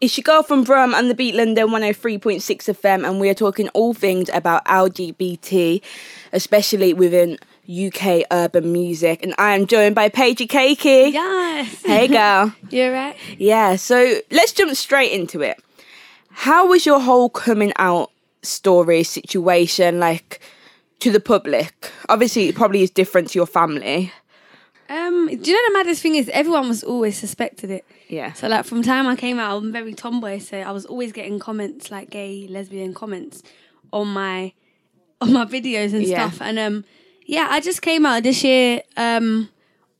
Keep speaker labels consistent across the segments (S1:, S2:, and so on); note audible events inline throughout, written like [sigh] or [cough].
S1: It's your girl from Brum and the Beat London 103.6 FM, and we are talking all things about LGBT, especially within UK urban music. And I am joined by Paige Cakey.
S2: Yes.
S1: Hey, girl.
S2: You're right.
S1: yeah, so let's jump straight into it. How was your whole coming out story situation like to the public? Obviously, it probably is different to your family.
S2: Um, do you know the maddest thing is everyone was always suspected it.
S1: Yeah.
S2: So like from time I came out, I'm very tomboy, so I was always getting comments like gay, lesbian comments on my on my videos and
S1: Yeah.
S2: stuff. And um, yeah, I just came out this year um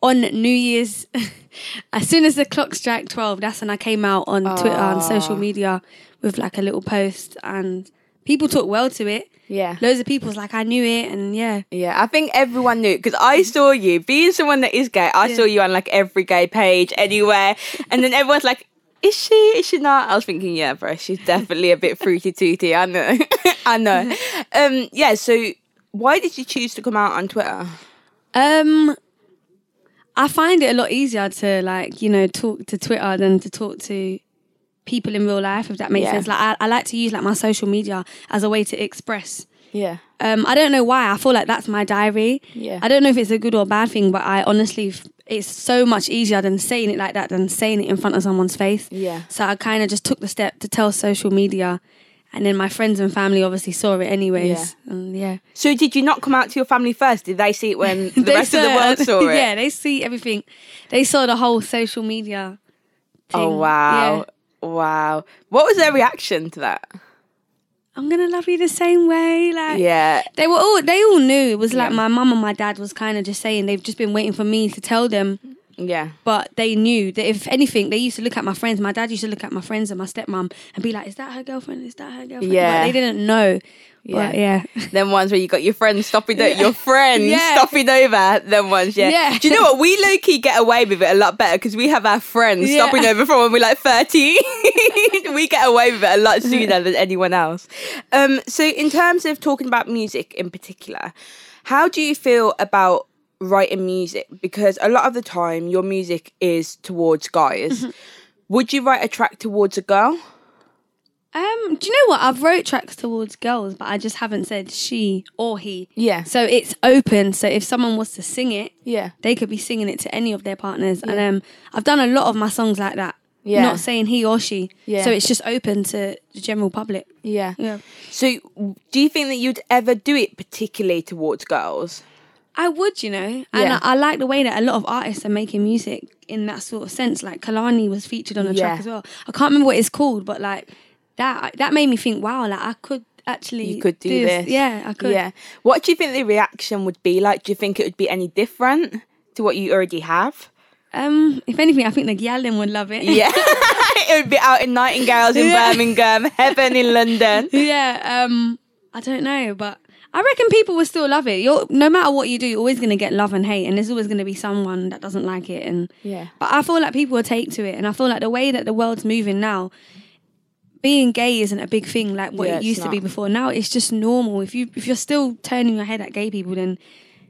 S2: on New Year's. [laughs] as soon as the clock struck twelve, that's when I came out on Twitter and social media with like a little post, and people took well to it.
S1: Yeah.
S2: Loads of people's like I knew it, and yeah,
S1: Yeah, I think everyone knew because I saw you being someone that is gay. I saw you on like every gay page anywhere, and then everyone's like, "Is she? Is she not?" I was thinking, "Yeah, bro, she's definitely a bit fruity tooty." I know, [laughs] I know. Um, yeah. So, why did you choose to come out on Twitter?
S2: Um, I find it a lot easier to like you know talk to Twitter than to talk to people in real life, if that makes
S1: Yeah.
S2: sense. Like I, I like to use like my social media as a way to express.
S1: Yeah,
S2: Um, I don't know why. I feel like that's my diary.
S1: Yeah.
S2: I don't know if it's a good or bad thing, but I honestly, f- it's so much easier than saying it like that than saying it in front of someone's face.
S1: Yeah.
S2: So I kind of just took the step to tell social media, and then my friends and family obviously saw it anyways. And yeah.
S1: So, did you not come out to your family first? Did they see it when [laughs] the
S2: They
S1: rest of the
S2: saw-
S1: world
S2: [laughs]
S1: saw it?
S2: yeah, they see everything. They saw the whole social media. Thing.
S1: Oh wow,
S2: Yeah.
S1: wow. What was their reaction to that?
S2: I'm gonna love you the same way. Like
S1: Yeah,
S2: they were all they all knew. It was like my mum and my dad was kind of just saying they've just been waiting for me to tell them.
S1: yeah.
S2: But they knew that if anything, they used to look at my friends. My dad used to look at my friends and my stepmom and be like, "Is that her girlfriend? Is that her girlfriend?"
S1: Yeah.
S2: But they didn't know.
S1: Yeah.
S2: Yeah. But yeah. [laughs]
S1: Them ones where you got your friends stopping over, your friends
S2: Yeah.
S1: stopping over. Them ones, yeah.
S2: Yeah.
S1: Do you know what? We low key get away with it a lot better because we have our friends
S2: Yeah.
S1: stopping over from when we're like
S2: [laughs]
S1: thirty. we get away with it a lot sooner than anyone else. Um, so, in terms of talking about music in particular, how do you feel about writing music? Because a lot of the time, your music is towards guys.
S2: Mm-hmm.
S1: Would you write a track towards a girl?
S2: Um, do you know what? I've wrote tracks towards girls, but I just haven't said she or he.
S1: Yeah.
S2: So it's open. So if someone was to sing it,
S1: Yeah.
S2: they could be singing it to any of their partners. And um, I've done a lot of my songs like that.
S1: Yeah.
S2: Not saying he or she.
S1: Yeah.
S2: So it's just open to the general public.
S1: Yeah.
S2: Yeah.
S1: So, w- do you think that you'd ever do it particularly towards girls?
S2: I would, you know. And
S1: Yeah.
S2: I, I like the way that a lot of artists are making music in that sort of sense. Like Kalani was featured on a
S1: Yeah.
S2: track as well. I can't remember what it's called, but like that that made me think, wow, like I could actually
S1: You could do this.
S2: Yeah, I could.
S1: Yeah. What do you think the reaction would be like? Do you think it would be any different to what you already [laughs] have?
S2: Um, if anything, I think the Gyalin would love it.
S1: Yeah. [laughs] it would be out in Nightingales in
S2: Yeah.
S1: Birmingham, [laughs] heaven in London.
S2: yeah. Um, I don't know, but I reckon people will still love it. You're no matter what you do, you're always gonna get love and hate, and there's always gonna be someone that doesn't like it. And
S1: Yeah.
S2: but I feel like people will take to it, and I feel like the way that the world's moving now, being gay isn't a big thing like what
S1: Yeah,
S2: it
S1: it's
S2: used to be
S1: not.
S2: before. Now it's just normal. If you if you're still turning your head at gay people, then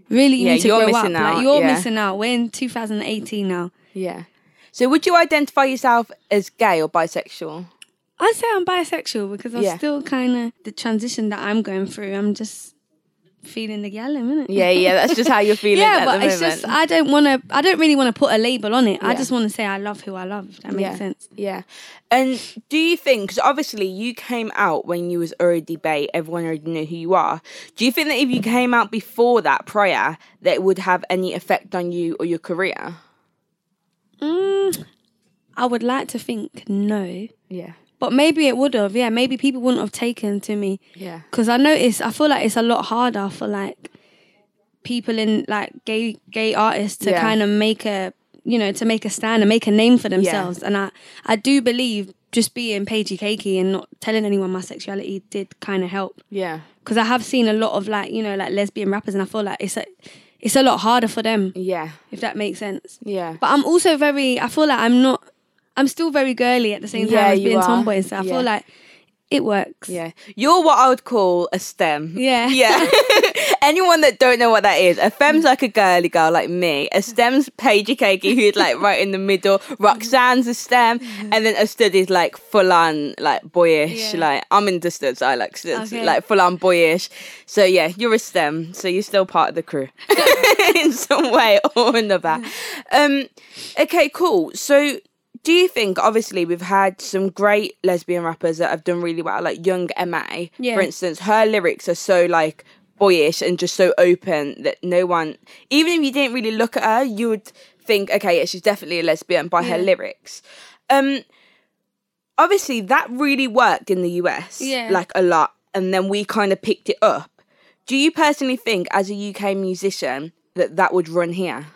S2: really you
S1: Yeah,
S2: need to
S1: you're
S2: grow
S1: missing
S2: up.
S1: out,
S2: Like you're
S1: yeah.
S2: missing out. We're in 2018 now.
S1: Yeah. So, would you identify yourself as gay or bisexual?
S2: I'd say I'm bisexual because I'm
S1: Yeah.
S2: still kind of the transition that I'm going through. I'm just feeling the yelling, isn't it?
S1: Yeah, yeah, that's just how [laughs] you're feeling
S2: yeah,
S1: at
S2: but
S1: the
S2: it's
S1: moment.
S2: just I don't want to. I don't really want to put a label on it. I
S1: Yeah.
S2: just want to say I love who I love. If that makes
S1: yeah.
S2: sense.
S1: Yeah. And do you think, because obviously you came out when you was already bae, everyone already knew who you are. Do you think that if you came out before that, prior, that it would have any effect on you or your career?
S2: Mm, I would like to think no,
S1: Yeah.
S2: but maybe it would have. Yeah, maybe people wouldn't have taken to me
S1: Yeah.
S2: because I notice. I feel like it's a lot harder for like people in like gay gay artists to
S1: Yeah.
S2: kind of make a you know to make a stand and make a name for themselves. And I I do believe just being Pagey Cakey and not telling anyone my sexuality did kind of help.
S1: Yeah.
S2: because I have seen a lot of like you know like lesbian rappers, and I feel like it's a it's a lot harder for them
S1: Yeah.
S2: if that makes sense.
S1: Yeah.
S2: But I'm also very I feel like I'm not I'm still very girly at the same time
S1: Yeah,
S2: as
S1: you
S2: being
S1: are.
S2: tomboy, so I
S1: Yeah.
S2: feel like it works.
S1: Yeah. You're what I would call a STEM.
S2: Yeah.
S1: [laughs]
S2: [laughs]
S1: Yeah. Anyone that don't know what that is, a femme's like a girly girl like me. A STEM's Paige Keiki, who's like right in the middle. Roxanne's a STEM. And then a stud is like full on, like boyish.
S2: Mm-hmm. Yeah.
S1: Like I'm into studs. I like studs.
S2: Okay.
S1: Like full on boyish. So yeah, you're a STEM. So you're still part of the crew [laughs] in some way or another. Um, okay, cool. So do you think obviously we've had some great lesbian rappers that have done really well like young ma
S2: Yeah.
S1: for instance her lyrics are so like boyish and just so open that no one even if you didn't really look at her you would think okay yeah, she's definitely a lesbian by her
S2: Yeah.
S1: lyrics um obviously that really worked in the us
S2: Yeah.
S1: like a lot and then we kind of picked it up do you personally think as a uk musician that that would run here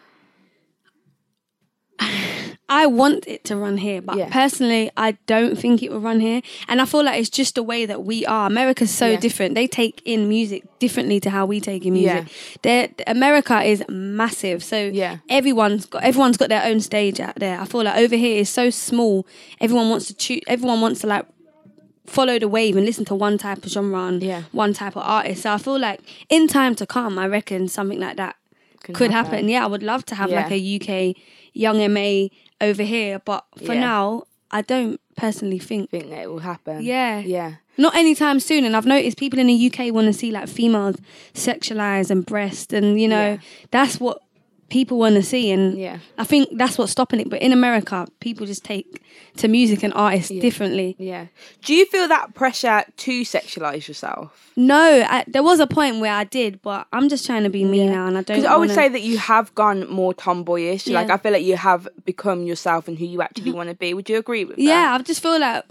S2: I want it to run here, but
S1: Yeah.
S2: personally, I don't think it will run here. And I feel like it's just the way that we are. America's so
S1: Yeah.
S2: different. They take in music differently to how we take in music. They're, America is massive, so
S1: Yeah.
S2: everyone's got everyone's got their own stage out there. I feel like over here is so small. Everyone wants to choose. Everyone wants to like follow the wave and listen to one type of genre and
S1: Yeah.
S2: one type of artist. So I feel like in time to come, I reckon something like that could happen. Yeah, I would love to have like
S1: Yeah.
S2: a UK young MA over here, but for
S1: Yeah.
S2: now, I don't personally think.
S1: think that it will happen
S2: Yeah.
S1: yeah
S2: Not anytime soon. And I've noticed people in the UK want to see like females sexualized and breast, and you know,
S1: Yeah.
S2: that's what people want to see. And
S1: Yeah.
S2: I think that's what's stopping it. But in America, people just take to music and artists differently.
S1: Yeah. Do you feel that pressure to sexualize yourself?
S2: No, I, there was a point where I did, but I'm just trying to be me now, and I don't.
S1: Because I would
S2: wanna-
S1: say that you have gone more tomboyish. Like
S2: Yeah.
S1: I feel like you have become yourself and who you
S2: [laughs]
S1: actually want to be. Would you agree with that?
S2: Yeah, I just feel like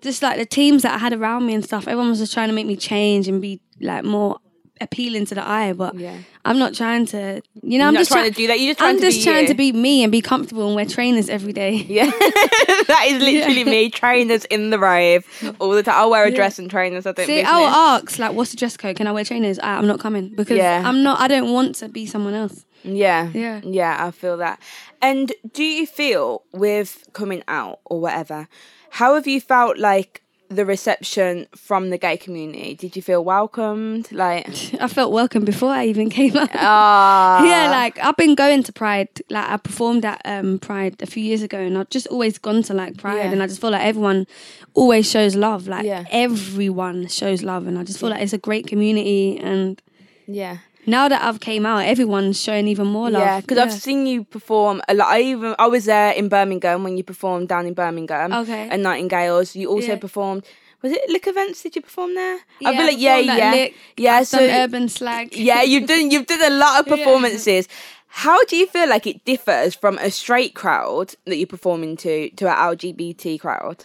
S2: just like the teams that I had around me and stuff, everyone was just trying to make me change and be like more appealing to the eye. But
S1: Yeah.
S2: I'm not trying to, you know, I'm
S1: not
S2: just
S1: trying
S2: try-
S1: to do that, you're just trying
S2: I'm
S1: to
S2: just
S1: be
S2: trying
S1: you.
S2: to be me and be comfortable and wear trainers every day.
S1: Yeah. [laughs] that is literally me. Trainers in the rave all the time. I'll
S2: [laughs]
S1: wear a dress and trainers. I don't.
S2: See,
S1: business.
S2: I will ask like, "What's the dress code? Can I wear trainers?" Ah, I'm not coming because
S1: Yeah.
S2: I'm not. I don't want to be someone else. [laughs]
S1: Yeah.
S2: Yeah.
S1: Yeah, I feel that. And do you feel with coming out or whatever, how have you felt like the reception from the gay community? Did you feel welcomed? Like,
S2: [laughs] I felt welcome before I even came out.
S1: ah,
S2: yeah, like I've been going to Pride. Like I performed at um, Pride a few years ago, and I've just always gone to like Pride,
S1: Yeah.
S2: and I just feel like everyone always shows love. Like
S1: Yeah.
S2: everyone shows love, and I just feel like it's a great community. And
S1: yeah.
S2: now that I've came out, everyone's showing even more love.
S1: Yeah, because I've seen you perform a lot. I even I was there in Birmingham when you performed down in Birmingham.
S2: Okay.
S1: At Nightingales, you also
S2: Yeah.
S1: performed. Was it Lick events? Did you perform there? I
S2: Yeah,
S1: feel
S2: I
S1: like yeah,
S2: performed at
S1: yeah,
S2: Lick.
S1: yeah. so
S2: some urban slag.
S1: yeah, you've done you've done a [laughs] lot of performances. How do you feel like it differs from a straight crowd that you're performing to to an LGBT crowd?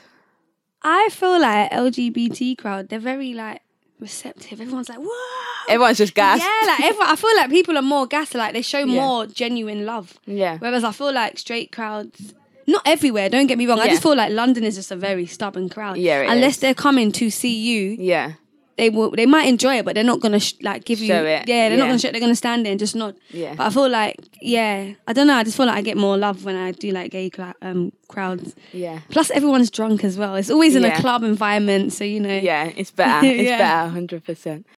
S2: I feel like LGBT crowd. They're very like receptive. Everyone's like, "Whoa!"
S1: Everyone's just gassed.
S2: yeah, like everyone, I feel like people are more gas. Like they show
S1: Yeah.
S2: more genuine love.
S1: Yeah.
S2: Whereas I feel like straight crowds, not everywhere, don't get me wrong. I
S1: Yeah.
S2: just feel like London is just a very stubborn crowd.
S1: Yeah, it
S2: Unless
S1: is.
S2: they're coming to see you,
S1: Yeah.
S2: they will. They might enjoy it, but they're not gonna sh- like give you.
S1: Show it,
S2: Yeah, they're
S1: yeah.
S2: not gonna show. it, They're gonna stand there and just nod.
S1: Yeah.
S2: But I feel like, yeah, I don't know. I just feel like I get more love when I do like gay cla um, crowds.
S1: Yeah.
S2: Plus, everyone's drunk as well. It's always in
S1: Yeah.
S2: a club environment, so you know.
S1: [laughs] Yeah, it's better. It's
S2: Yeah.
S1: better, hundred percent.